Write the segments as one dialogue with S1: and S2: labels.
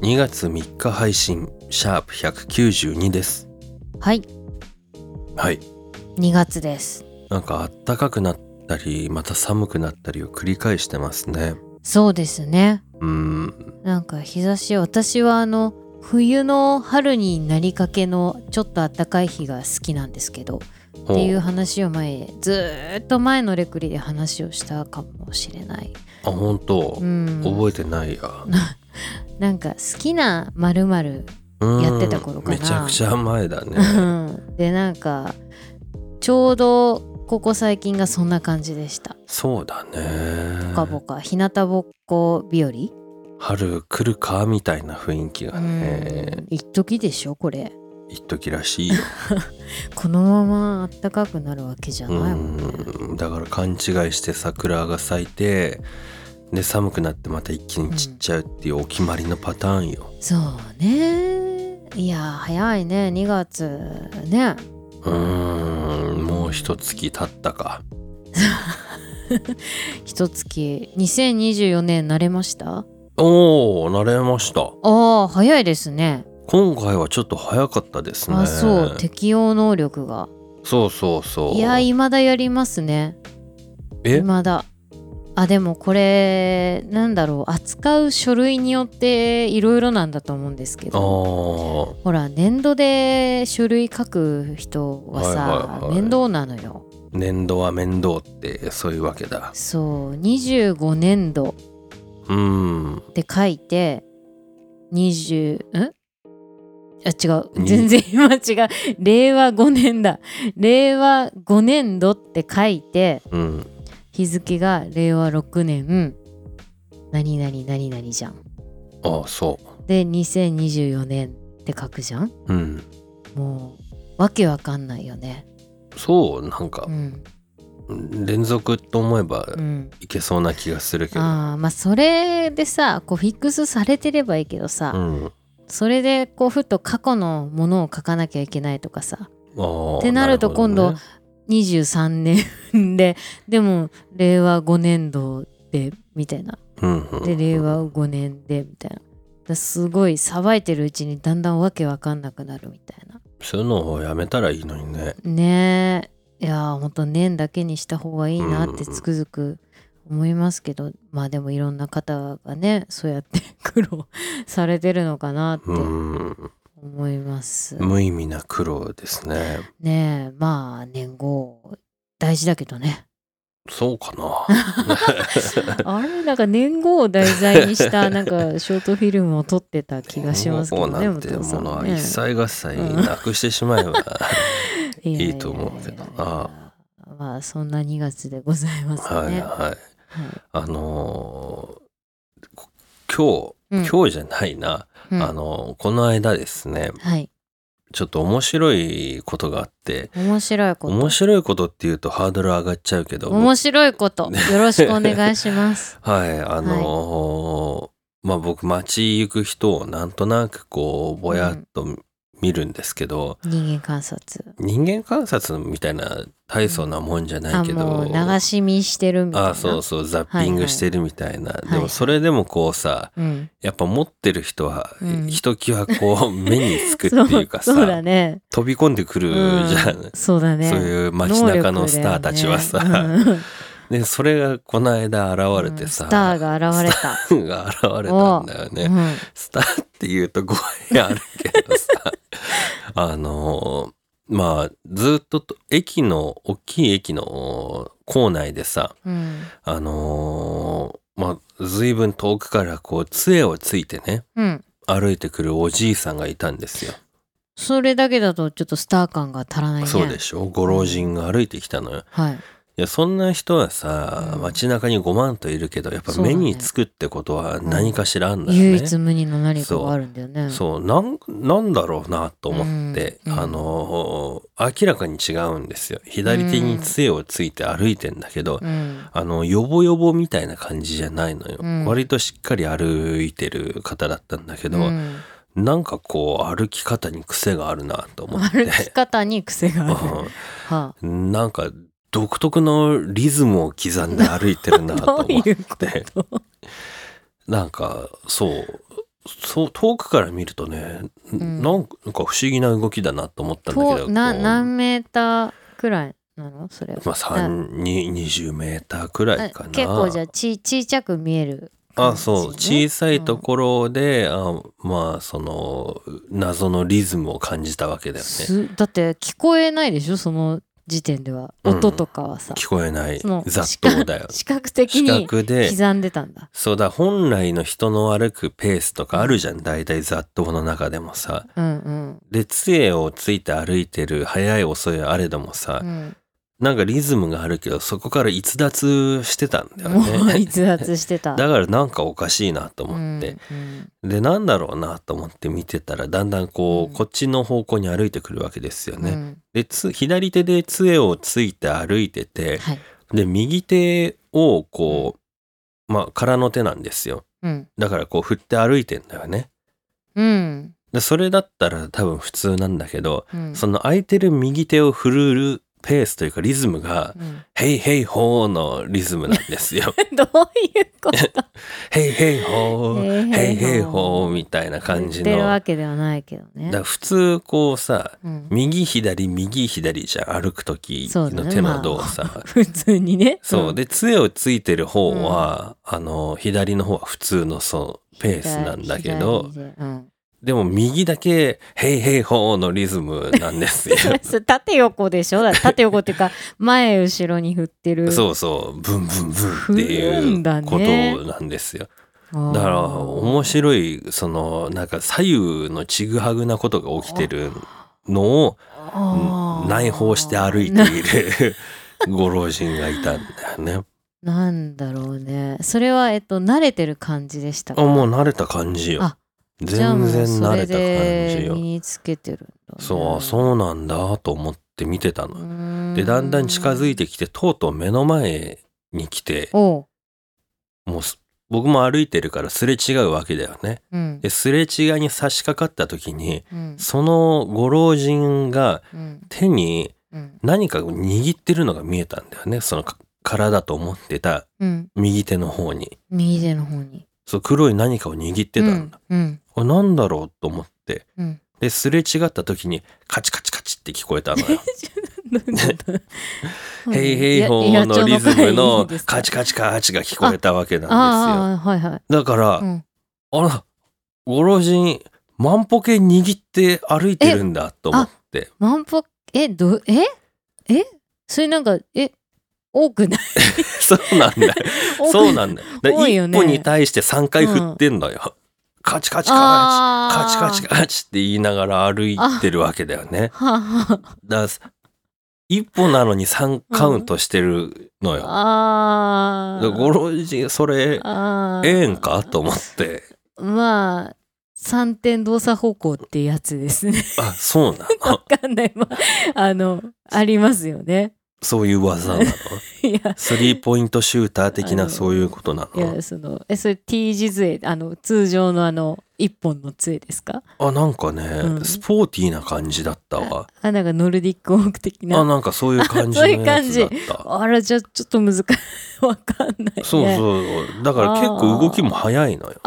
S1: 2月3日配信シャープ192です
S2: はい
S1: はい
S2: 2月です
S1: なんか暖かくなったりまた寒くなったりを繰り返してますね
S2: そうですね
S1: うーん
S2: なんか日差し私はあの冬の春になりかけのちょっと暖かい日が好きなんですけどっ
S1: ほ
S2: ていう話を前ずーっと前のレクリで話をしたかもしれない、
S1: あ本当、
S2: うん、
S1: 覚えてないや
S2: なんか好きなまるまる
S1: うん
S2: やってた頃かな
S1: めちゃくちゃ前だね
S2: でなんかちょうどここ最近がそんな感じでした。
S1: そうだね
S2: ぼかぼか日向ぼっこ日和。
S1: 春来るかみたいな雰囲気
S2: う
S1: がね
S2: ん、一時でしょこれ。
S1: 一時ら しいよ、
S2: このまま暖かくなるわけじゃ
S1: う
S2: ないもんね。
S1: ん、だから勘違いして桜が咲いてで寒くなってまた一気に散っちゃうっていうお決まりのパターンよ、
S2: そうね。いや早いね2月ね。
S1: うーんもう一月経ったか
S2: 一月2024年慣れました。
S1: おお慣れました
S2: ああ早いですね。
S1: 今回はちょっと早かったですね
S2: あそう適応能力が。
S1: そうそうそう
S2: いや未だやりますね。
S1: え
S2: 未だあでもこれなんだろう扱う書類によっていろいろなんだと思うんですけ
S1: あ
S2: ど
S1: ー
S2: ほら年度で書類書く人はさ、
S1: はいはいはい
S2: 面倒なのよ
S1: 年度は面倒ってそういうわけだ
S2: そう25年度
S1: うん
S2: って書いて20んあ違う
S1: に
S2: 全然今違う令和5年だ令和5年度って書いて
S1: うん
S2: 日付が令和6年何々何々じゃん
S1: ああそ
S2: で2024年って書くじゃん
S1: ううん
S2: もうわけわかんないよね
S1: そうなんか
S2: う、ん
S1: 連続と思えば
S2: うん
S1: いけそうな気がするけど、
S2: あーまあそれでさこうフィックスされてればいいけどさ、
S1: うん、あ
S2: それでこうふと過去のものを書かなきゃいけないとかさ
S1: あ
S2: ってなると今度23年ででも令和5年度でみたいな
S1: うんうん
S2: で令和5年でみたいなだからすごいさばいてるうちにだんだんわけわかんなくなるみたいな
S1: そういうのをやめたらいいのにね
S2: ねえいやーほんと年だけにした方がいいなって
S1: うん
S2: つくづく思いますけど、まあでもいろんな方がねそうやって苦労されてるのかなって
S1: うん
S2: 思います、
S1: 無意味な苦労ですね
S2: ねえまあ年号大事だけど ね
S1: そうかな
S2: あれなんか年号を題材にしたなんかショートフィルムを撮ってた 気がしますけどね
S1: もうなんて
S2: 武藤さ
S1: も
S2: ん
S1: のは
S2: ね
S1: 一切合切なくしてし まえば、
S2: いやややや
S1: いいと思うけどな
S2: まあそんな2月でございます
S1: はい
S2: ね、
S1: はい
S2: はい
S1: あのーこ今日
S2: うん
S1: 今日じゃないな、
S2: うん
S1: あのーこの間ですね
S2: はい
S1: ちょっと面白いことがあって
S2: 面白いこと
S1: 面白いことっていうとハードル上がっちゃうけど
S2: 面白いことよろしくお願いします。
S1: はいあのーまあ僕街行く人をなんとなくこうぼやっと見るんですけど、
S2: 人間観察。
S1: 人間観察みたいな大層なもんじゃな
S2: あ
S1: いけど、
S2: もう流し見してるみたいな。
S1: あそうそうザッピングしてるみたいな、
S2: いはい
S1: でもそれでもこうさ
S2: うん。
S1: やっぱ持ってる人は、
S2: うん
S1: ひときわこ う目につくっていうかさ
S2: そうそうだね。
S1: 飛び込んでくる
S2: う
S1: じ
S2: ん
S1: ゃん、
S2: そうだね。
S1: そういう街中のスターたちはさ、でそれがこの間
S2: 能力だよねう
S1: 現
S2: ん
S1: れてさ、
S2: スターが現れた。
S1: が現れたんだよ
S2: う
S1: ね。
S2: ん
S1: スターって言うと語弊あるけ どさあのまあずっとと駅の大きい駅の構内でさ
S2: うん。
S1: あのまあ随分遠くからこう杖をついてね
S2: うん。
S1: 歩いてくるおじいさんがいたんですよ。
S2: それだけだとちょっとスター感が足らないね。
S1: そうでしょご老人が歩いてきたのよ。
S2: はい。
S1: いやそんな人はさ、
S2: うん
S1: 街中に5万といるけどやっぱ
S2: そうだ
S1: 目
S2: ね
S1: につくってことは何かしらあんだよね。
S2: 唯一無二の何かがあるんだよね。
S1: そうなんなんだろうなと思って、
S2: うんうん
S1: あの明らかに違うんですよ左手に杖をついて歩いてんだけど、
S2: うん。
S1: あのヨボヨボみたいな感じじゃないのよ、
S2: うん
S1: 割としっかり歩いてる方だったんだけど、
S2: うん
S1: なんかこう歩き方に癖があるなと思っ
S2: 歩き
S1: て、
S2: 方に癖がある。 はあ、
S1: うんなんか独特のリズムを刻んで歩いてるなと
S2: ど
S1: 思っ
S2: うい
S1: て
S2: うこと
S1: なんかそうそう遠くから見るとね、
S2: ん
S1: なんか不思議な動きだなと思ったんだけど
S2: とな
S1: こう
S2: 何メーターくらいなのそれは。
S1: まあ3に20メーターくらいか
S2: あ
S1: な
S2: 結構じゃあち小さく見える感
S1: あ
S2: じ
S1: そ
S2: ね
S1: う小さいところで、あまあその謎のリズムを感じたわけだよね
S2: すだって聞こえないでしょその時点では
S1: うん
S2: 音とかはさ、
S1: 聞こえない
S2: その
S1: 雑踏だよ
S2: 視覚的に
S1: 覚で
S2: 刻んでたんだ。
S1: そうだ本来の人の歩くペースとかあるじゃん大体雑踏の中でもさ
S2: うんうん
S1: で杖をついて歩いてる速い遅いあれどもさ、
S2: うん、
S1: なんかリズムがあるけどそこから逸脱してたんだよ
S2: もう
S1: ね
S2: 逸脱してた。
S1: だからなんかおかしいなと思って、
S2: うん
S1: でなんだろうなと思って見てたらだんだんこ
S2: う
S1: う、
S2: ん
S1: こっちの方向に歩いてくるわけですよ
S2: うん
S1: ね、
S2: うん
S1: でつ左手で杖をついて歩いてて
S2: はい
S1: で右手をこうまあ空の手なんですよ
S2: うん
S1: だからこう振って歩いてんだよね
S2: うん
S1: でそれだったら多分普通なんだけど、
S2: うん
S1: その空いてる右手を振るペースというかリズムが
S2: うん
S1: 「ヘイヘイホー」のリズムなんですよ。
S2: どういう こと
S1: 「ヘイヘイホー」「ヘイヘイホー」
S2: み
S1: みたいな感
S2: 言
S1: じ
S2: ってる
S1: の。
S2: わけではないけどね
S1: だから普通こうさ
S2: うん
S1: 右左右左じゃん歩く時
S2: そうだ
S1: の
S2: ね
S1: 手の動作。
S2: 普通にね
S1: そう。
S2: ん
S1: で、杖をついてる方は、あの、左の方は普通のそう、ペースなんだけど
S2: 左、でうん
S1: でも右だけ、ヘイヘイホーのリズムなんですよ。
S2: それ縦横でしょだから縦横っていうか前後ろに振ってる
S1: そうそう、ブンブンブンって
S2: 振る
S1: い
S2: ん
S1: う
S2: だ
S1: こと
S2: ね
S1: なんですよ。
S2: う
S1: だから、面白い、その、なんか左右のちぐはぐなことが起きてるのを、
S2: あー
S1: 内包して歩いているご老人がいたんだよね。
S2: ななんだろうねそれはえっと慣れてる感じでした
S1: あ、
S2: か
S1: もう慣れた感じよ
S2: あ。
S1: 全
S2: じゃあもう
S1: 然慣れた
S2: そ
S1: 感
S2: れ
S1: じ
S2: で
S1: よ
S2: 身。につけてるんだ、ね、
S1: そう、あそうなんだと思って見てたの。
S2: う
S1: で、だんだん近づい
S2: て
S1: てきて、とうとう目の前に来て、
S2: おう、
S1: もうす僕も歩いてるからすれ違うわけだよね。
S2: うん
S1: で、すれ違いに差し掛かった時に、
S2: うん
S1: そのご老人が
S2: うん
S1: 手に
S2: うん
S1: 何かを握ってるのが見えたんだよね。そのか空だと思ってた
S2: うん
S1: 右手の方に。
S2: 右手の方に
S1: そう、黒い何かを握ってたんだ。
S2: うん
S1: これなんだろうと思って。
S2: うんうん
S1: で、すれ違った時にカチカチカチって聞こえたのよ。ヘイヘイホーのリズムのカチ
S2: カ
S1: カチカチが聞こえたわけなんで
S2: ああはいはい、
S1: すよ。だから、
S2: うん、
S1: あら、ご老人、万歩計握って歩いてるんだと思って。
S2: 万歩えどええそれなんかえ多くない
S1: そうなん だ。そうなんだ。だ
S2: 多いよ
S1: 1
S2: ね
S1: 個に対して3回振ってんのよ。カチカチカチ。カ
S2: カ
S1: チカチカチって言いながら歩いてるわけだよね。
S2: はあは
S1: だから、1歩なのに3カウントしてるのよ。
S2: あ
S1: だ
S2: あ
S1: からご老人、それ、
S2: あー
S1: ええんかと思って。
S2: まあ三点動作方向ってやつです ね
S1: あ、そうな
S2: わ
S1: の
S2: かんないまああのありますよね
S1: そういう技なの
S2: いや
S1: スリーポイントシューター的
S2: あ
S1: な
S2: の
S1: そういうことないの
S2: やそのえそれ T 字杖あの通常のあの一本の杖ですか
S1: あ、なんかね、
S2: うん
S1: スポーティーな感じだったわ。
S2: あなんかノルディック音楽的
S1: あ、
S2: な
S1: なんかそういう感じ
S2: あ
S1: の
S2: そういう
S1: や
S2: 感
S1: つ
S2: じ
S1: だった。
S2: あらじゃあちょっと難しい わかんないね
S1: そうそう。だから結構動きも早いのよ。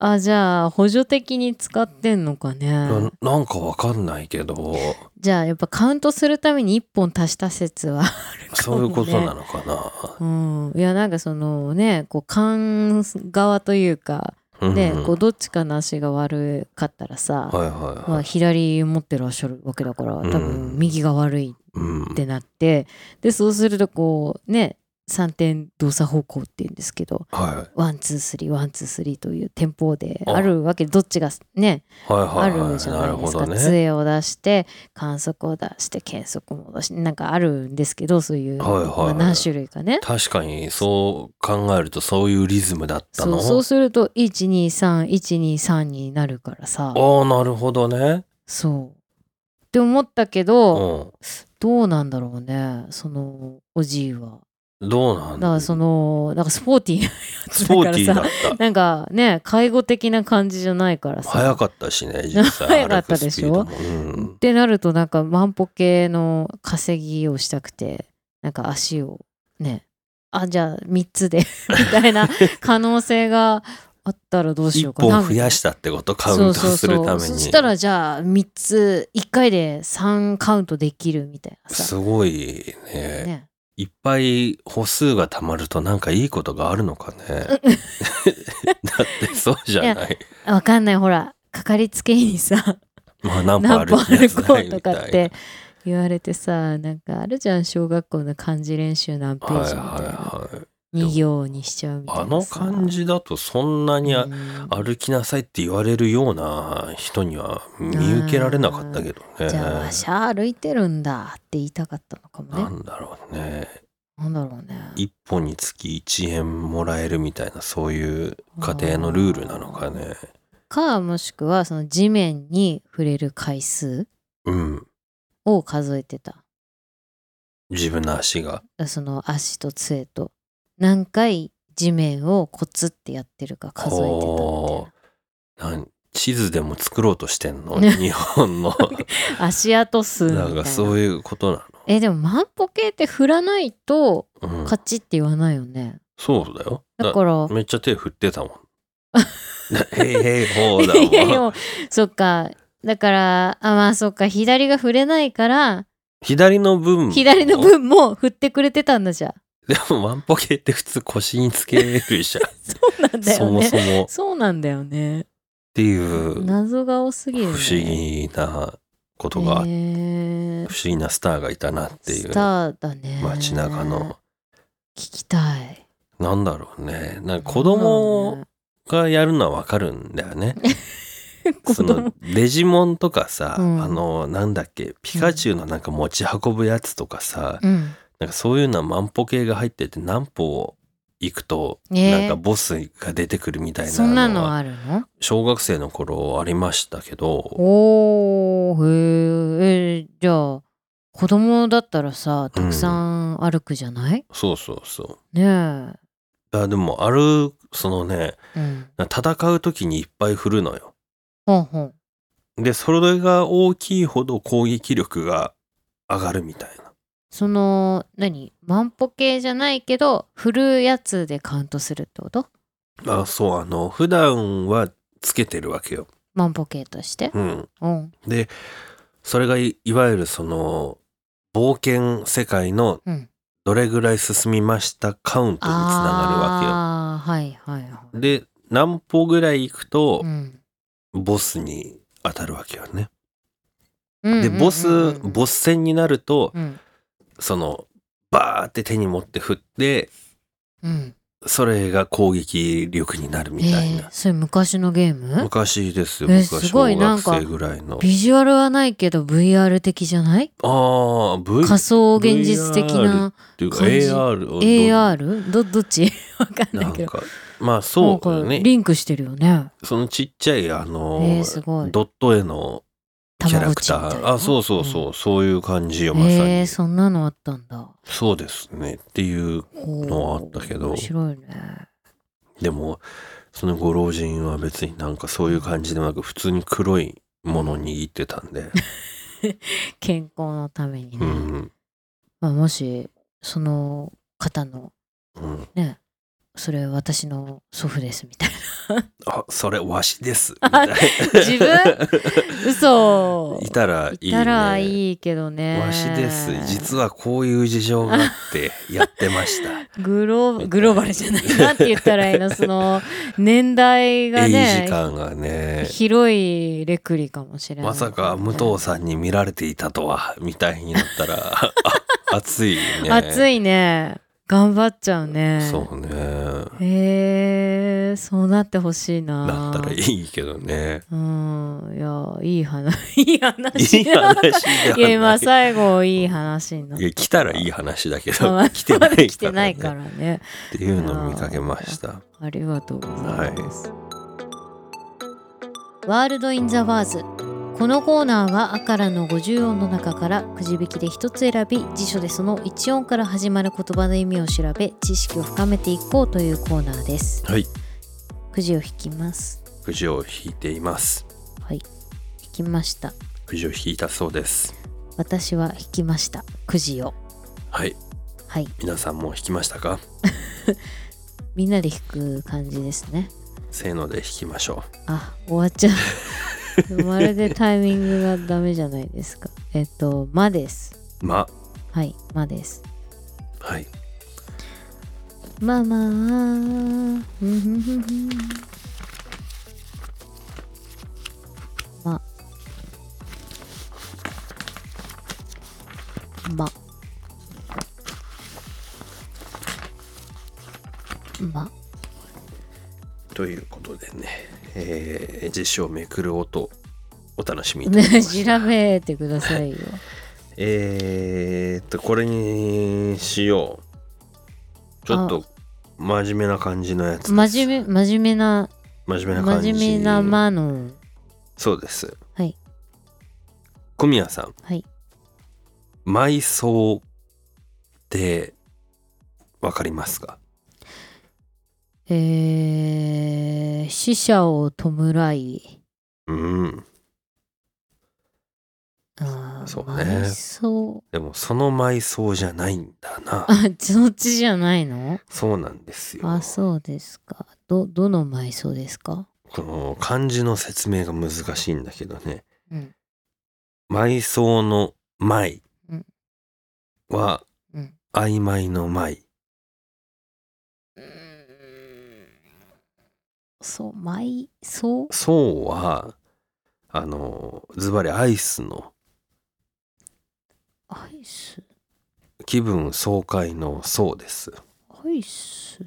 S2: あじゃあ補助的に使ってんのかね
S1: ななんかわかんないけど、
S2: じゃあやっぱカウントするために一本足した説は
S1: そういうことなのかな。
S2: うんいやなんかそのねこう勘側というか
S1: うん
S2: ね、こうどっちかの足が悪かったらさ、
S1: はいは
S2: ま
S1: いは
S2: あ、
S1: い。
S2: 左持ってらっしゃるわけだから多
S1: う
S2: 分
S1: ん
S2: 右が悪い
S1: うん
S2: ってなって、でそうするとこうね3点動作方向って言うんですけど
S1: は
S2: ワンツースリーワンツースリーというテンポで
S1: あ
S2: あるわけどっちがね
S1: い。はいは
S2: あ
S1: いはい。
S2: るじゃないですか、
S1: なるほどね。
S2: 杖を出して観測を出して計測も出してなんかあるんですけどそういう、
S1: はいはいはい
S2: まあ何種類かね
S1: 確かにそう考えるとそういうリズムだった
S2: そ
S1: の。
S2: うそうすると123123になるからさ
S1: ああなるほどね。
S2: そうって思ったけ
S1: う
S2: ど、
S1: ん。
S2: どうなんだろうねそのおじいは
S1: どうな
S2: だ
S1: ん
S2: からそのなんかスポーティーなや
S1: ス
S2: つだ
S1: ポ
S2: か
S1: ー
S2: ら
S1: ティーだっ
S2: さなんかね介護的な感じじゃないから
S1: た。
S2: さ
S1: 早かった しね実際。
S2: 早かったでしょ
S1: 歩くスピードもう
S2: っ
S1: ん。
S2: てなるとなんか万歩計の稼ぎをしたくてなんか足をねあじゃあ3つで みたいな可能性があったらどうしよ
S1: 一
S2: うかな
S1: 本増やしたってことカウント
S2: そう
S1: する
S2: そう
S1: ため
S2: そうそ
S1: に。
S2: したらじゃあ3つ1回で3カウントできるみたいな
S1: す
S2: さ、
S1: ごいね。
S2: ね、
S1: いっぱい歩数がたまるとなんかいいことがあるのかね。 だってそうじゃない。
S2: わかんないほらかかりつけ医にさ
S1: まあ何歩
S2: 何歩
S1: 歩きな
S2: 歩こ
S1: さいう
S2: と
S1: み
S2: か
S1: た
S2: っ
S1: いな
S2: て。言われてさなんかあるじゃん小学校の漢字練習何ペ
S1: はい
S2: ー
S1: は
S2: ジみ
S1: い
S2: たいな
S1: はい。
S2: 2行にしちゃうみたいな
S1: あの
S2: さ
S1: 感じだとそんなにあ
S2: うん
S1: 歩きなさいって言われるような人には見受けられなかったけどね。
S2: じゃあわしゃ歩いてるんだって言いたかったのか
S1: な
S2: もね。
S1: んだろうね。
S2: なんだろうね。
S1: 一本につき1円もらえるみたいなそういう家庭のルールなのかね。
S2: かもしくはその地面に触れる回数
S1: うん。
S2: を数えてた。
S1: 自分の足が。
S2: その足と杖と何回地面をコツってやってるか数えてたみ
S1: おーなん地図でも作ろうとしてん の日本の。
S2: たいな。足跡数みたい
S1: な
S2: な。
S1: んかそういうことな
S2: えでも万歩計って振らないと
S1: の。うん
S2: 勝、ちって言わないよね。
S1: そうだよ。
S2: だから。
S1: めっちゃ手振ってたもん。 へいへいほうだ
S2: いやいや
S1: もん。
S2: そっかだからあまあそっか左が触れないから
S1: 左の分。
S2: 左の。分も振ってくれてたんだじゃん。
S1: でもワンポケって普通腰につけるじゃん。
S2: そうなん だ
S1: そ
S2: よ
S1: も
S2: ね。
S1: そも。っ
S2: そうなんだよね。
S1: ていう不
S2: 謎が多すぎる、ね。
S1: 思議なことがあっ
S2: へー
S1: 不思議なスターがいたなっていう
S2: スターだね。
S1: 街中の。
S2: 聞きたい。
S1: なんだろうね。なんか子供がやるのはわかるんだよね。
S2: 子
S1: その
S2: 供。
S1: デジモンとかさ、
S2: うん
S1: あのなんだっけピカチュウのなんか持ち運ぶやつとかさ、
S2: うん。
S1: なんかそういうのは万歩計が入ってて何歩行くと
S2: えー
S1: なんかボスが出てくるみたい
S2: そんな
S1: なの
S2: の
S1: は
S2: あるの？
S1: 小学生の頃ありましたけど、
S2: おおへーえーじゃあ子供だったらさたくさん歩くじゃない？
S1: そうそうそ
S2: ね
S1: う。あでもあるそのね
S2: え。うん。
S1: 戦う時にいっぱい振るのよ。
S2: ほんほん。
S1: でそれが大きいほど攻撃力が上がるみたいな。
S2: その何万歩計じゃないけど振るやつでカウントするってこと
S1: あそうあの普段はつけてるわけよ。
S2: 万歩計として
S1: うん。
S2: うん
S1: でそれがいいわゆるその冒険世界の
S2: うん
S1: どれぐらい進みましたカウントにつながるわ
S2: あーはいはいは
S1: けよ。で何歩ぐらい行くと
S2: い、うん
S1: ボスに当たるわけよね。
S2: うんうんうんうん
S1: でボス
S2: うん
S1: ボス戦になると
S2: うん
S1: そのバーって手に持って振って
S2: うん
S1: それが攻撃力になるみたい
S2: えー
S1: な。
S2: それ昔のゲーム
S1: 昔ですよ
S2: え
S1: 僕は
S2: すごい
S1: 小
S2: なん
S1: 学
S2: か
S1: 生ぐらいの。
S2: ビジュアルはないけど VR 的じゃない
S1: ああ V っ
S2: 仮想現実的な
S1: ていうか
S2: 感じ
S1: AR をどう
S2: AR? どどっち わかん
S1: な
S2: ない
S1: ん
S2: けど
S1: かまあそうだよ
S2: なんか
S1: ね
S2: リンクしてるよね
S1: そのちっちゃいあの、
S2: えーすごい
S1: ドット絵のキャラクタ
S2: たまごっちみたい
S1: ー
S2: な
S1: あそうそうそう、そういう感じよまさに、
S2: えー、そんなのあったんだ
S1: そうですねっていうのはあったけど
S2: 面白いね
S1: でもそのご老人は別になんかそういう感じでもなく普通に黒いもの握ってた んで、
S2: 健康のために
S1: う
S2: ね、
S1: ん
S2: まあ、もしその方の
S1: うん、
S2: ねそれ私の祖父ですみたい
S1: あそれわしですみたいな
S2: 自な嘘
S1: いたらいい、ね、
S2: いたらいいけどね
S1: わしです実はこういう事情があってやってました
S2: グローグローバルじゃないなんて言ったらい いのその年代 が
S1: いい時
S2: ね
S1: 間がね
S2: 広いレクリかもしれない、
S1: まさか武藤さん に見られていたとはみたいになったらあ熱いね
S2: 暑いね頑張っちゃうね
S1: そうね。
S2: へえそうなってほしいな
S1: だったらいいけどね。
S2: うんいやいい話 いい話
S1: いい話じゃ
S2: いや
S1: な
S2: 今
S1: い。
S2: 最後いい話になっ
S1: いや来たらいい話だけ
S2: た
S1: ど
S2: ま
S1: 来てな
S2: ま
S1: いから、
S2: だ
S1: ね、
S2: 来てないからね
S1: っていうのを見かけました。
S2: ありがとうございます、ワールド・イン・ザ・ワーズこのコーナーは「あ」からの50音の中からくじ引きで一つ選び辞書でその1音から始まる言葉の意味を調べ知識を深めていこうというコーナーです
S1: はい。
S2: くじを引きます
S1: くじを引いています。
S2: はい引きました
S1: くじを引いたそうです。
S2: 私は引きましたくじを
S1: はい。
S2: はい
S1: 皆さんもう引きましたか
S2: みんなで引く感じですね
S1: せーので引きましょ
S2: あ終わっちゃ うまるでタイミングがダメじゃないですかえっと「ま」です
S1: う。ま。
S2: はい「ま」です
S1: はい。
S2: まあまあうんふんふんふんままま
S1: ということでね、えー、辞書をめくる音、お楽しみいただきま し
S2: 調べてくださいよ
S1: えーっと、これにしよう。ちょっと真面目な感じのやつ。
S2: 真面目真面目な
S1: 真面目な感じ。
S2: 真面目な「ま」の
S1: そうです。
S2: はい
S1: 小宮さん。
S2: はい
S1: 埋葬ってわかりますか
S2: えー、死者を弔い。
S1: うん。
S2: あー
S1: そうね
S2: 埋葬
S1: でもその埋葬じゃないんだな。
S2: あ、そっちじゃないの
S1: そうなんですよ。
S2: あ、そうですか。ど、どの埋葬ですか
S1: この漢字の説明が難しいんだけどね。
S2: うん。
S1: 埋葬の埋
S2: うん
S1: は
S2: うん。
S1: 曖昧の埋。
S2: そう、埋葬
S1: そうは、あの、ズバリアイスの
S2: アイス
S1: 気分爽快のそうです。
S2: アイス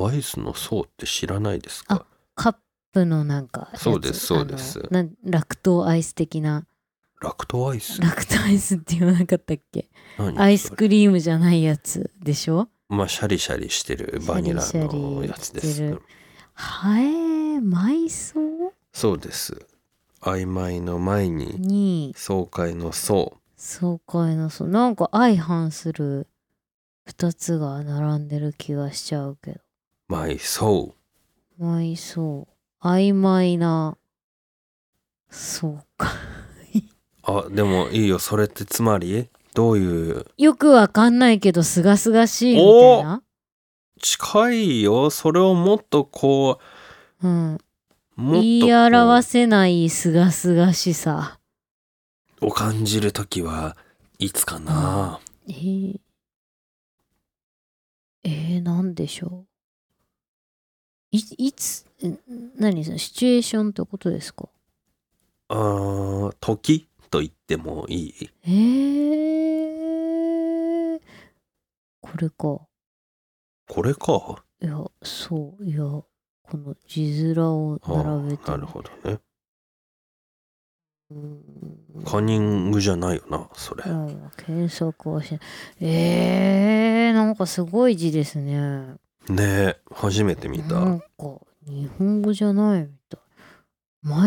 S1: アイスの層って知らないですか
S2: カップのなんかやつ。
S1: そうですそうです
S2: あのなん落糖アイス的な。
S1: ラクトアイス
S2: 落糖アイスって言わなかったっけ
S1: 何
S2: アイス
S1: それ
S2: クリームじゃないやつでしょ
S1: まあシャリシャリしてるバニラ
S2: シャリシャ
S1: の
S2: リ
S1: やつで
S2: して
S1: す
S2: るはえー、埋葬
S1: そうです曖昧の前に
S2: に
S1: 爽快の層
S2: 爽快のそうなんか相反する2つが並んでる気がしちゃうけど
S1: 埋葬
S2: 埋葬曖昧なそうか
S1: あでもいいよそれってつまりどういう
S2: よくわかんないけどすがすがしいみたいな
S1: 近いよそれをもっとこ
S2: うん、
S1: うもっとこう
S2: 言い表せないすがすがしさ、
S1: を感じる時はいつかな、
S2: えー、えー、なんでしょういいつん何そのシチュエーションってことですか
S1: あー時と言ってもいい
S2: えー、これか。
S1: これか
S2: いや、そう、いや、この字面を
S1: あー
S2: 並べて。
S1: なるほどね
S2: うん
S1: カニングじゃないよなそれ、
S2: うん検索はしない。えー、なんかすごい字ですね。な
S1: ねえ初めて見た、
S2: んか、日本語じゃないみた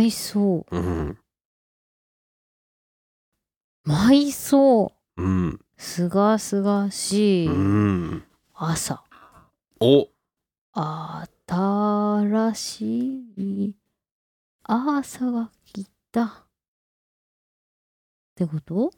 S2: い。埋葬。
S1: うん。
S2: 埋葬。
S1: うん。
S2: すがすがし
S1: う
S2: い
S1: ん。
S2: 朝。
S1: お
S2: 新しい朝が来た。ってこと、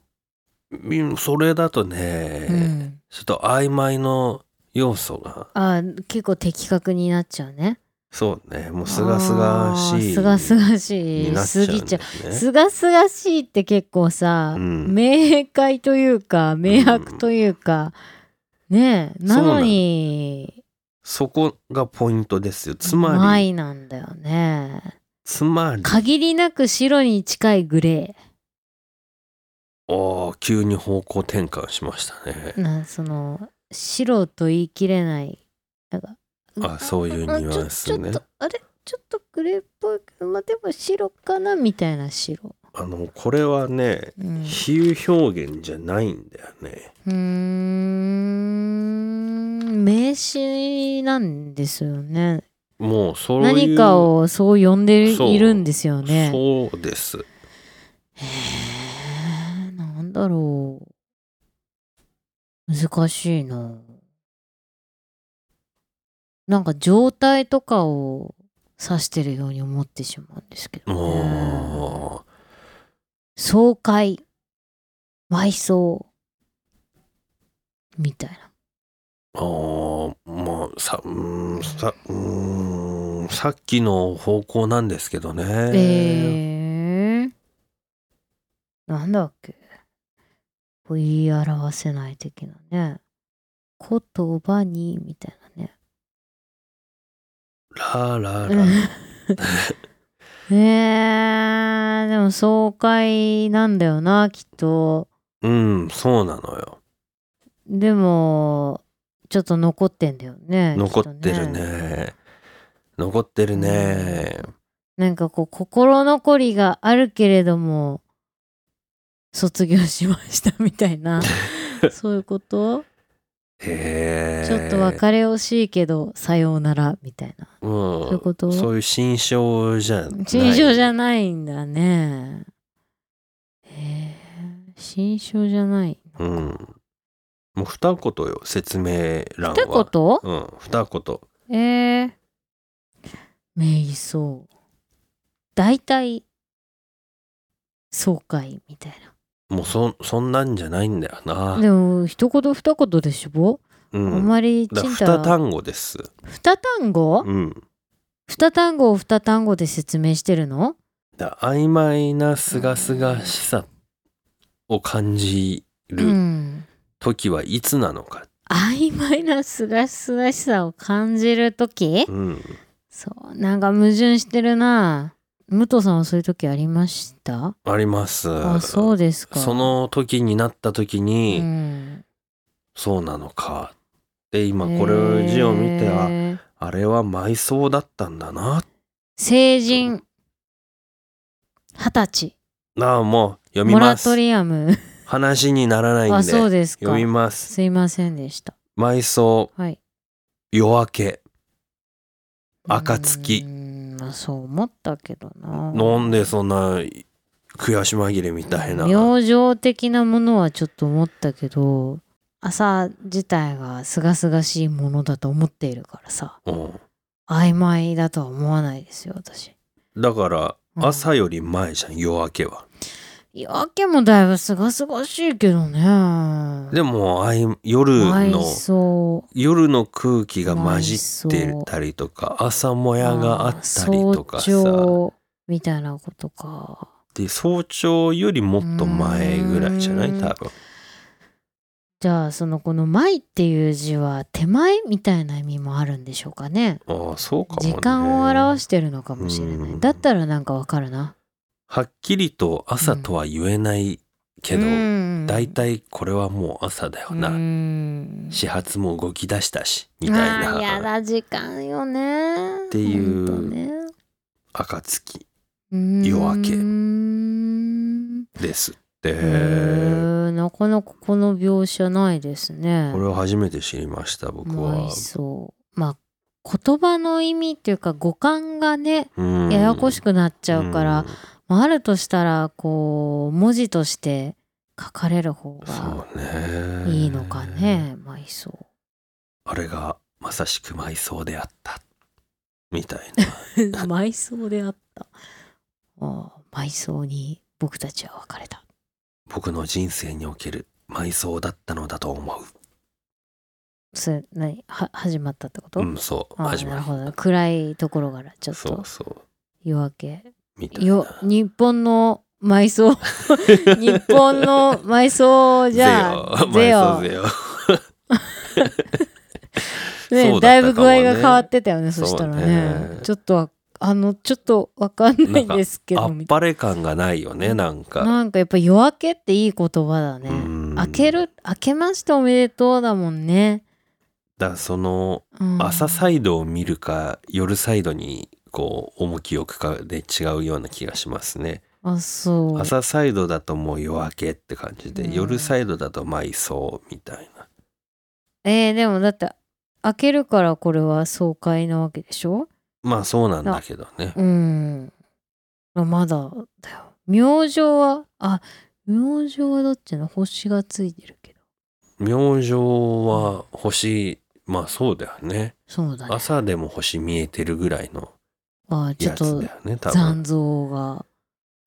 S1: みそれだとね、
S2: うん。
S1: ちょっと曖昧の要素が、
S2: あ結構的確になっちゃうね。
S1: そうね、もうすがすがしい。
S2: すがすがし
S1: に
S2: い。
S1: なっちゃ
S2: 過
S1: うんだよね、
S2: ぎちゃう。すがすがしいって結構さ、
S1: うん
S2: 明快というか明白というか、ねえなのに
S1: そこがポイントですよ。つまり、
S2: 前なんだよね。
S1: つまり、
S2: 限りなく白に近いグレー。
S1: おー急に方向転換しましたね。
S2: なその白と言い切れないなんか
S1: あそういうニュアンスね
S2: あちょちょっとあれちょっとグレーっぽいけどまあでも白かなみたいな白
S1: あのこれはね
S2: うんう
S1: 比喩表現じゃないんだよね
S2: ーん名詞なんですよね
S1: もうそうい
S2: 何
S1: う
S2: かをそう呼んで
S1: そう
S2: いるんですよね
S1: そうです
S2: へえなんだろう難しいななんか状態とかを指してるように思ってしまうんですけどね
S1: も
S2: 爽快埋葬みたいな
S1: うあーもうさうーんさうーんさっきの方向なんですけどね
S2: えー、なんだっけこう言い表せない的なね言葉にみたいなね
S1: ラララ
S2: えー、でも爽快なんだよなきっと
S1: うんそうな のよ
S2: でもちょっと残ってんだよね
S1: 残って
S2: き
S1: る
S2: と
S1: ね残ってるね
S2: なんかこう心残りがあるけれども卒業しましたみたい なそういうこと
S1: へえ
S2: ちょっと別れ惜しいけどさようならみたいな
S1: うん
S2: そういうこと
S1: そういう心象じゃない
S2: 新章じゃないんだねへえ新章じゃない
S1: うんもう二言よ説明欄は
S2: ってこと
S1: うん二言
S2: えー、瞑想大体爽快みたい
S1: もうそそんなんじゃないんだよな
S2: なでも一言二言でしょ、
S1: う
S2: あん
S1: ん
S2: まり
S1: だ
S2: ち
S1: から
S2: んたら
S1: 二単語です
S2: 二単語、
S1: うん
S2: 二単語を二単語で説明してるの
S1: だ曖昧なすがすがしさを感じ
S2: う
S1: る
S2: ん
S1: 時はいつなのか、
S2: 曖昧なすがすがしさを感じるとき、
S1: うん、
S2: そうなんか矛盾してるな武藤さんはそういう時ありました
S1: あります
S2: あそうですか
S1: その時になった時に、
S2: うん
S1: そうなのかで今これ字を見て、あ
S2: へー
S1: あれは埋葬だったんだな
S2: 成人二十歳
S1: ああもう読み
S2: モラ
S1: ま
S2: ト
S1: す
S2: リアム
S1: 話にならないんで
S2: あそうですか
S1: 読みます
S2: すいませんでした
S1: 埋葬
S2: はい
S1: 夜明け暁
S2: うーんまあそう思ったけどな
S1: なんでそんな悔し紛れみたいな
S2: 明星的なものはちょっと思ったけど朝自体が清々しいものだと思っているからさ
S1: うん
S2: 曖昧だとは思わないですよ私
S1: だから
S2: うん
S1: 朝より前じゃん夜明けは
S2: 夜明けもだいぶ清々しいけどね
S1: でもあい夜
S2: 埋
S1: の
S2: 葬
S1: 夜の空気が混じってたりとか朝もやがあったりとかさ
S2: 早朝みたいなことか
S1: で早朝よりもっと前ぐらいじゃないう
S2: ーん
S1: 多分
S2: じゃあそのこの「前」っていう字は手前みたいな意味もあるんでしょうかね
S1: ああそうかもね
S2: 時間を表してるのかもしれな
S1: う
S2: い
S1: ん
S2: だったらなんかわかるな
S1: はっきりと朝とは言えないけど、だ
S2: 大
S1: いたいこれはもう朝だよな、
S2: な
S1: 始発も動き出したしみたい
S2: あーや
S1: な
S2: だ時間よね
S1: っていう
S2: ほんとね
S1: 暁
S2: 夜
S1: 夜明け
S2: うーん
S1: ですって
S2: へーなかなかこの描写ないですね
S1: これを初めて知りました僕
S2: ま
S1: は
S2: あ、そうまあ言葉の意味っていうか語感がね
S1: うん
S2: ややこし
S1: く
S2: くなっちゃうから、まあ、あるとしたらこう文字として書かれる方が
S1: そうね
S2: いいのかね埋葬
S1: あれがまさしく埋葬であったみたいな
S2: 埋葬であったああ埋葬に僕たちは別れた
S1: 僕の人生における埋葬だったのだと思
S2: それ何は始まったってこと、
S1: ううんそう
S2: ああ
S1: 始
S2: な
S1: ま
S2: る
S1: り
S2: ほど暗いところからちょっ
S1: そ
S2: と
S1: うそう
S2: 夜明け
S1: みたい
S2: よ
S1: な
S2: 日本の埋葬 日本の埋葬じゃあ
S1: ゼ
S2: ゼよ
S1: よゼよ
S2: ね
S1: そう
S2: だ
S1: だ
S2: い
S1: ったかもね
S2: ぶ具合が変わってたよねそしたらね
S1: そうね
S2: ちょっとはあのちょっとわかんないんですけ
S1: あ
S2: ど
S1: っ
S2: みたい
S1: ぱれ感がないよねなん
S2: な
S1: か
S2: なんかやっぱ夜明けっていい言葉だ
S1: う
S2: ね、
S1: んうん
S2: 開ける開けましておめでとうだもんね、
S1: だからその
S2: うん、
S1: 朝サイドを見るか夜サイドにこう重きを置くかで違うような気がしますね
S2: あそう
S1: 朝サイドだともう夜明けって感じで、
S2: うん
S1: 夜サイドだとまあいそうみたいな
S2: えー、でもだって開けるからこれは爽快なわけでしょ
S1: まあそうなんだけどね
S2: うんまあまだだよ明星はあ明星はどっちの星がついてるけど
S1: 明星は星まあそうだよね
S2: そうだね
S1: 朝でも星見えてるぐらいの
S2: あちょ
S1: や
S2: っ
S1: つだ
S2: と
S1: よね多分
S2: 残像が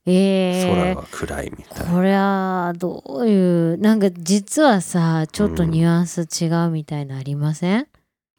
S2: えー、
S1: 空が暗いみたいな、
S2: これはどういうなんか実はさちょっとニュアンス違うみたいなありません、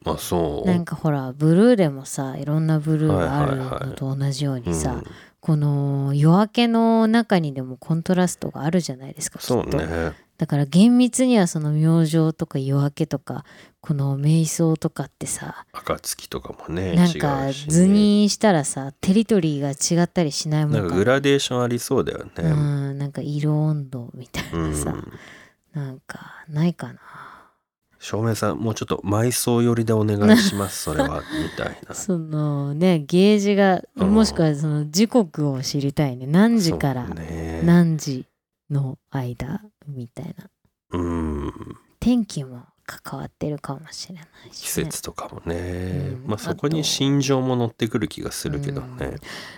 S1: まあそう
S2: なんかほらブルーでもさいろんなブルーがある
S1: はいはいは
S2: の
S1: い
S2: と同じようにさ、
S1: うん
S2: この夜明けの中にでもコントラストがあるじゃないですかきっ
S1: そう
S2: と
S1: ね
S2: だから厳密にはその明星とか夜明けとかこの瞑想とかってさ
S1: 暁とかもね
S2: なんか
S1: 違うしね
S2: 図にしたらさテリトリーが違ったりしないも
S1: なん
S2: ん
S1: か
S2: か
S1: グラデーションありそうだよね。
S2: うんなんか色温度みたいうなんさ、なんかないかな
S1: 照明さんもうちょっと埋葬寄りでお願い しますそれはみたいな。
S2: そのねゲージが
S1: うん
S2: もしくはその時刻を知りたいね何時から
S1: そうね
S2: 何時の間みたいな
S1: うん
S2: 天気も関わってるかもしれないし、ね、
S1: 季節とかもね、
S2: うん
S1: まあそこに心情も乗ってくる気がするけどね、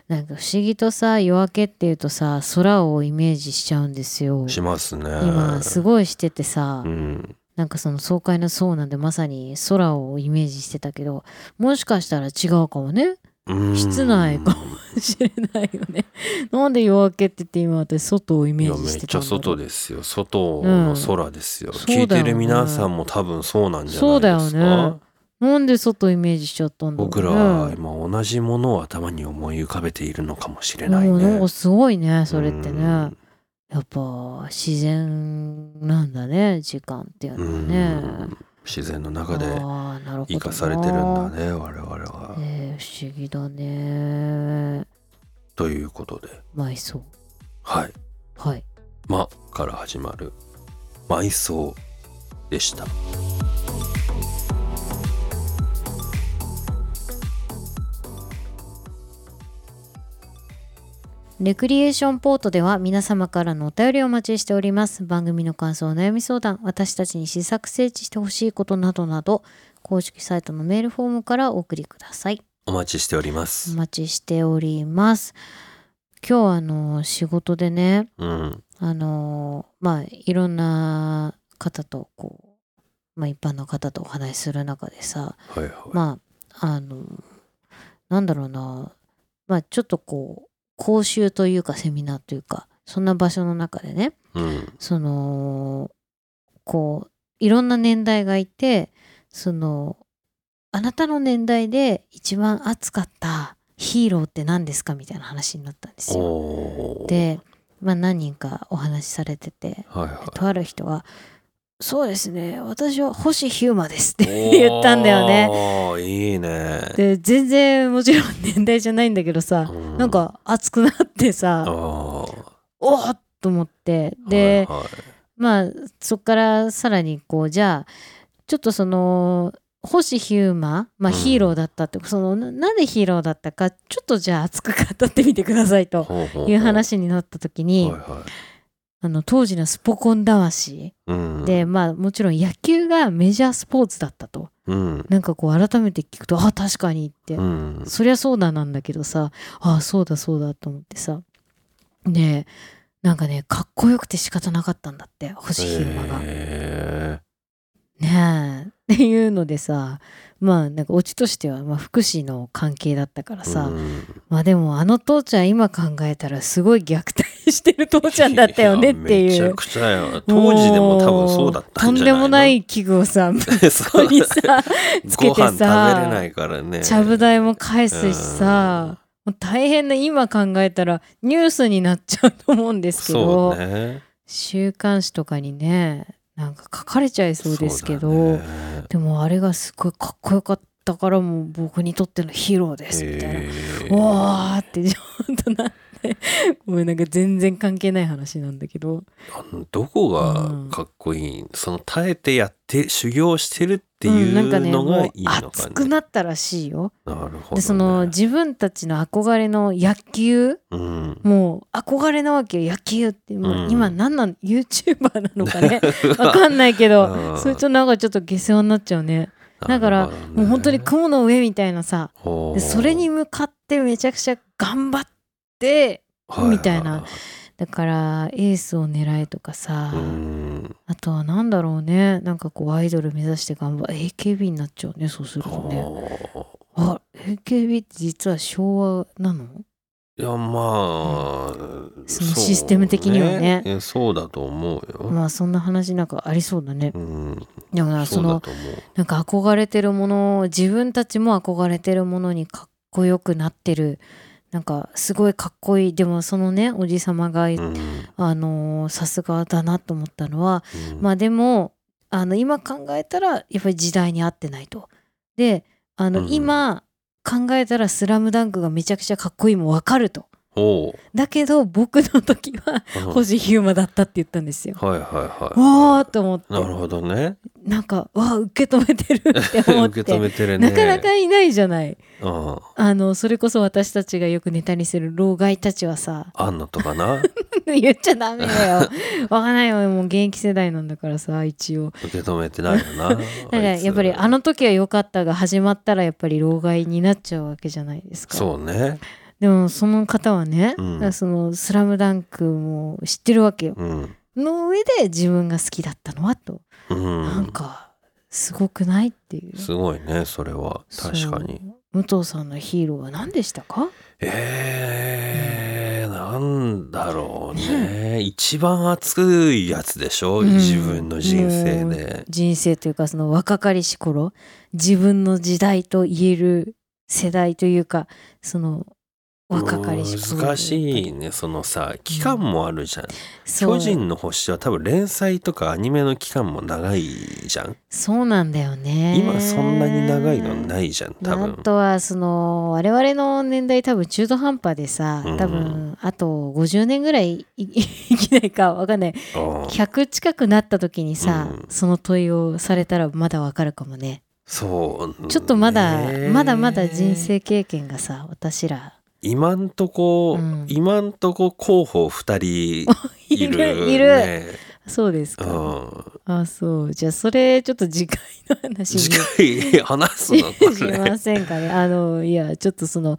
S2: なんか不思議とさ夜明けっていうとさ空をイメージしちゃうんですよ
S1: しますね。
S2: 今すごいしててさ、
S1: うん、
S2: なんかその爽快なそうなんでまさに空をイメージしてたけどもしかしたら違うかもね
S1: うん
S2: 室内か 知れないよね なんで夜明けって言って今私外をイ
S1: い
S2: メ
S1: や
S2: ージ
S1: めっ
S2: して
S1: ち
S2: たん
S1: ゃ
S2: だろう
S1: 外ですよ外の空ですよ、
S2: うん
S1: 聞いてる皆
S2: そうだ
S1: さ
S2: よ
S1: んも多分そうなんじゃ
S2: そうだ
S1: な
S2: よ
S1: いで
S2: ね
S1: すか、
S2: なんで外をイメージしちゃったんだろう、ね、
S1: 僕らは今同じものを頭に思い浮かべているのかもしれない
S2: もうなん
S1: ね
S2: かすごいねそれって
S1: う
S2: ねや
S1: ん
S2: っぱ自然なんだね時間っていう
S1: う
S2: のは
S1: ん
S2: ね
S1: 自然の中で
S2: あーなるほど
S1: 生かされてるんだね我々は、
S2: ねえ不思議だね
S1: ということで
S2: 埋葬
S1: はい
S2: はい
S1: 「ま」から始まる「埋葬」でした
S2: レクリエーションポートでは皆様からのお便りをお待ちしております。番組の感想、お悩み相談、私たちに試作整地してほしいことなどなど、公式サイトのメールフォームからお送りください。
S1: お待ちしておりま
S2: お
S1: す
S2: 待ちしております。今日はあの仕事でね、
S1: うん
S2: あのまあいろんな方とこう、まあ一般の方とお話しする中でさ、
S1: はいはい、
S2: まああのなんだろうなまあちょっとこう講習というかセミナーというかそんな場所の中でね
S1: うん
S2: そのこういろんな年代がいてそのあなたの年代で一番熱かったヒーローって何ですかみたいな話になったんですよ。
S1: おー
S2: で、まあ、何人かお話しされてて
S1: はいはい
S2: とある人が「そうですね私は星ヒューマです」って 言ったんだよね。
S1: おーいいね
S2: で全然もちろん年代じゃないんだけどさ、
S1: う
S2: なんか熱くなって
S1: あ
S2: さ
S1: ー
S2: おっと思ってで、
S1: はいはい
S2: まあそっからさらにこうじゃあちょっとその星ヒューマまあ、
S1: うん
S2: ヒーローだったって、そのななんでヒーローだったかちょっとじゃあ熱く語ってみてくださいと
S1: ほうほうほう
S2: いう話になった時に、
S1: はいはい
S2: あの当時のスポコン魂
S1: うん、
S2: で、まあもちろん野球がメジャースポーツだったと
S1: うん
S2: なんかこう改めて聞くとあ確かにって
S1: うん、
S2: そりゃそうだなんだけどさああそうだそうだと思ってさでなんかねかっこよくて仕方なかったんだって星ヒ馬が。
S1: え
S2: ねえ っていうのでさまあなんかオチとしては、まあ、福祉の関係だったから
S1: ー
S2: さ、
S1: うん
S2: まあでもあの父ちゃん今考えたらすごい虐待してる父ちゃんだったよねっていう。
S1: いやめちゃくちゃよ当時でも多分そうだったんじゃないの
S2: もうとんでもない器具を さ向こ
S1: そう
S2: うにさつけてさ
S1: ご飯食べれないからね
S2: ちゃぶ台も返すしさ、もう大変な今考えたらニュースになっちゃうと思うんですけ
S1: そ
S2: ど、
S1: うね
S2: 週刊誌とかにねなんか書かれちゃいそうですけど、
S1: そうだね
S2: でもあれがすごいかっこよかったからもう僕にとってのヒーローですみたいな。
S1: へー
S2: わーってちょっとなってこうごめんなんか全然関係ない話なんだけど
S1: あのどこがかっこいい、その耐えてやって修行してるってい
S2: ん、なんか
S1: う
S2: ね
S1: の
S2: も
S1: がいういのかね。
S2: 熱くなったらしいよ。
S1: なるほど、ね。
S2: でその自分たちの憧れの野球
S1: うん、
S2: もう憧れなわけよ野球ってもう今
S1: うん
S2: 何なん、YouTuber なのか ね わかんないけ
S1: う
S2: ど
S1: ん
S2: それとなんかちょっと下世話になっちゃうねだからもう本当に雲の上みたいなさでそれに向かってめちゃくちゃ頑張ってみたいなだからエースを狙えとかさ、
S1: うん
S2: あとはなんだろうねなんかこうアイドル目指して頑張 AKB になっちゃうねそうするとねあ AKB って実は昭和なの
S1: いやまあ、
S2: そのシステム的にはね
S1: そういやそうだと思うよ。
S2: まあそんな話なんかありそうだね
S1: うん、
S2: でもなそ
S1: そうだ
S2: の
S1: と思う。
S2: なんか憧れてるもの自分たちも憧れてるものにかっこよくなってるなんかすごいかっこいいでもそのねおじさまが、
S1: うん
S2: あのーさすがだなと思ったのは
S1: うん
S2: まあでもあの今考えたらやっぱり時代に合ってないと。であの、
S1: うん
S2: 今考えたら「スラムダンクがめちゃくちゃかっこいいもわかると。
S1: おう
S2: だけど僕の時は
S1: うん
S2: 星ヒューマだったって言ったんですよ。
S1: はいはいは
S2: わーと思って
S1: い。なるほどね。
S2: なんかわあ受け止めてるって思っ
S1: 受
S2: て
S1: け止めてるね。
S2: なかなかいないじゃない
S1: うん、
S2: あのそれこそ私たちがよくネタにする老害たちはさ
S1: あんのとかな
S2: 言っちゃダメだ よわかんないよもう現役世代なんだからさ一応
S1: 受け止めてないよな。だか
S2: だからやっぱりあの時は良かったが始まったらやっぱり老害になっちゃうわけじゃないですか
S1: そうね。
S2: でもその方はね、
S1: うん
S2: だからその「スラムダンクも知ってるわけよ
S1: うん。
S2: の上で自分が好きだったのはと、
S1: う
S2: なん
S1: ん。
S2: かすごくないっていう
S1: すごいね、それは。確かに。
S2: そう武藤さんのヒーローは何でしたか
S1: えー、なんだろうね。一番熱いやつでしょ、
S2: うん
S1: 自分の人生で。
S2: 人生というかその若かりし頃自分の時代と言える世代というかその若かりし頃
S1: 難しいねそのさ期間もあるじゃん、
S2: そう
S1: 巨人の星は多分連載とかアニメの期間も長いじゃん、
S2: そうなんだよね
S1: 今そんなに長いのないじゃん多
S2: あ
S1: 分
S2: とはその我々の年代多分中途半端でさ、
S1: うん
S2: 多分あと50年ぐらいい生きないかわかんない
S1: うん
S2: 100近くなった時にさ、
S1: うん
S2: その問いをされたらまだわかるかもね
S1: そう
S2: ちょっとまだ、
S1: ね
S2: まだまだ人生経験がさ私ら
S1: 今んとこ、
S2: うん
S1: 今んとこ候補2人いる、ね、
S2: いるそうです
S1: う
S2: か、
S1: ん
S2: あそうじゃあそれちょっと次回の話に
S1: 次
S2: し
S1: 回話すの こ
S2: し
S1: れ
S2: ませんかねあのいやちょっとその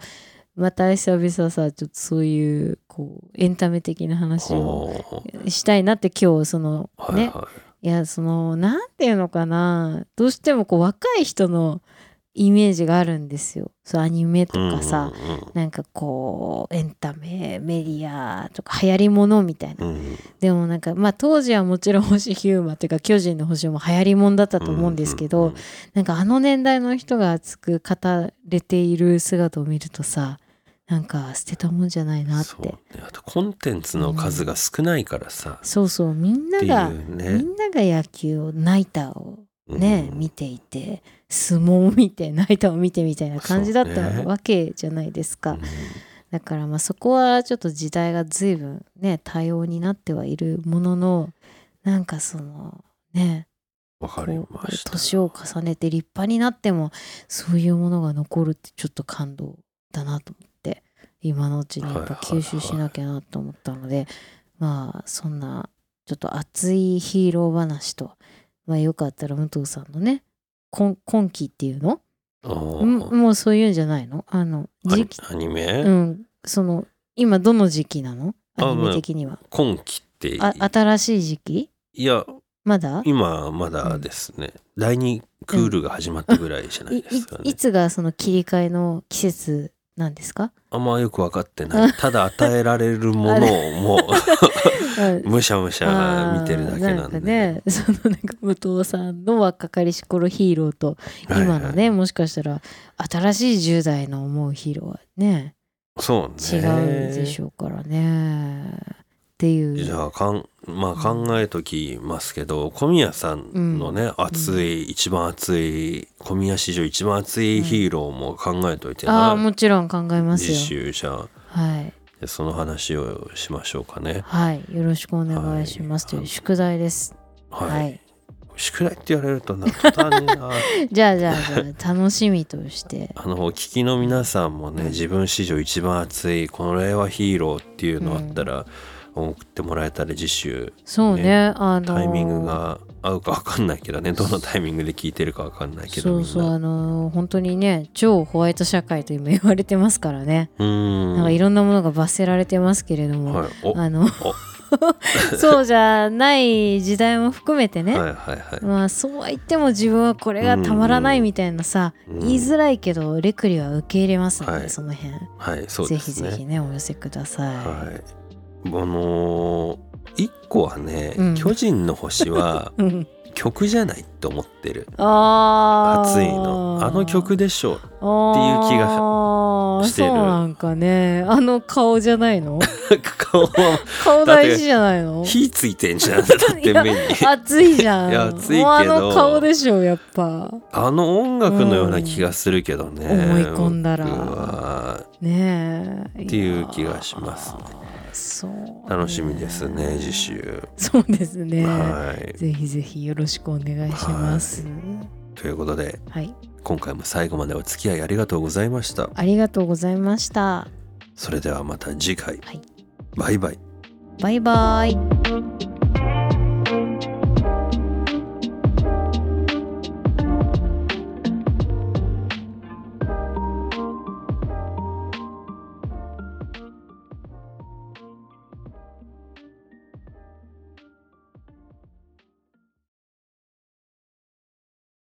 S2: また久々さちょっとそういうこうエンタメ的な話を
S1: ほう
S2: したいなって今日その
S1: はい
S2: ね、
S1: はい
S2: やそのなんていうのかなどうしてもこう若い人のイメージがあるんですよそうアニメと
S1: い、
S2: かさ、
S1: う
S2: なんかこうエンタメメディアとか流行りものみたいな、
S1: んうんうん
S2: でもなんかまあ当時はもちろん星ヒューマっていうか巨人の星も流行りもんだったと思うんですけど、
S1: うんうん
S2: なんかあの年代の人が熱く語れている姿を見るとさなんか捨てたもんじゃないなって
S1: そ
S2: そうう
S1: ねあとコンテンツの数が少ないからさ、
S2: そうみんなが、
S1: っていう
S2: み
S1: ね
S2: んなが野球をナイターをね、
S1: うん
S2: 見ていて相撲を見てナイターを見てみたいな感じだった
S1: そうね
S2: わけじゃないですか、
S1: うん
S2: だからまあそこはちょっと時代が随分ね多様になってはいるもののなんかそのね
S1: わかり
S2: こう
S1: ました
S2: 年を重ねて立派になってもそういうものが残るってちょっと感動だなと思って今のうちにやっぱ
S1: はいはいは
S2: 吸
S1: い
S2: 収しなきゃなと思ったので、まあそんなちょっと熱いヒーロー話と、まあ、よかったら武藤さんのね今今期っていうの
S1: お
S2: ん
S1: ー
S2: もうそういうんじゃないのあの
S1: ア
S2: 時
S1: ニ
S2: 期
S1: アニメ、
S2: うん、その今どの時期なの
S1: あ
S2: アニメ的には。
S1: 今期って
S2: あ新しい時期
S1: いや
S2: まだい
S1: 今まだですね、第2クールが始まったぐらいじゃないですかね、
S2: いいつがその切り替えの季節なんですか
S1: あんまよく分かってないただ与えられるものをも
S2: うん
S1: うむしゃむしゃ見てるだけなん
S2: あー
S1: で
S2: なんかねそのなんか武藤さんの若かりし頃ヒーローと
S1: はいは
S2: 今
S1: い
S2: のね、もしかしたら新しい10代の思うヒーローはね
S1: そう
S2: 違
S1: ね
S2: うでしょうからねっていう
S1: じゃあかん、まあ、考えときますけど小宮さんのね、熱い一番熱い小宮史上一番熱いヒーローも考えといて
S2: あ
S1: な、
S2: あもちろん考えます
S1: 次
S2: よ
S1: 週じゃあ
S2: はい
S1: でその話をしましょうかね。
S2: はい、よろしくお願いします、
S1: はい
S2: という宿題です。
S1: はい。
S2: はい。
S1: 宿題って言われるとな、途端 にな。
S2: じゃあじゃあじゃあ楽しみとして。
S1: あのお聞きの皆さんも
S2: うん
S1: ね自分史上一番熱いこの令和ヒーローっていうのあったら、送ってもらえたら次週
S2: そうね、
S1: ね
S2: あのー
S1: タイミングが合うか分かんないけどねどのタイミングで聞いてるか分かんないけど
S2: そう
S1: みんな
S2: そうあのー本当にね超ホワイト社会と今言われてますからね、
S1: うーん
S2: なんかいろんなものが罰せられてますけれども、
S1: はいお
S2: あの そうじゃない時代も含めてね、
S1: はいはいはい、
S2: まあそうは言っても自分はこれがたまらないみたいなさ、
S1: うん
S2: 言いづらいけどレクリは受け入れますので、
S1: はい
S2: その辺、
S1: はいそう
S2: ぜ
S1: で
S2: ひ
S1: す
S2: ぜ
S1: ね
S2: ひねお寄せください、
S1: はいあのー、一個はね、
S2: うん
S1: 巨人の星 は
S2: うん
S1: 曲じゃないって思ってる
S2: あー
S1: 熱いのあの曲でしょ
S2: って
S1: いう気がしてる
S2: そうなんかねあの顔じゃないの
S1: 顔は
S2: 顔大事じゃないの
S1: 火ついてんじゃんだって目に
S2: 熱いじゃん
S1: いや熱いけど
S2: もうあの顔でしょやっぱ
S1: あの音楽のような気がするけどね、
S2: うん思い込んだら
S1: 僕は
S2: ねえ
S1: っていう気がしますね
S2: いやーそう
S1: 楽しみですね次週、
S2: そうですね、
S1: はい
S2: ぜひぜひよろしくお願いします
S1: ということで
S2: はい、
S1: 今回も最後までお付き合いありがとうございました
S2: ありがとうございました
S1: それではまた次回、
S2: はい
S1: バイバイ
S2: バイバイ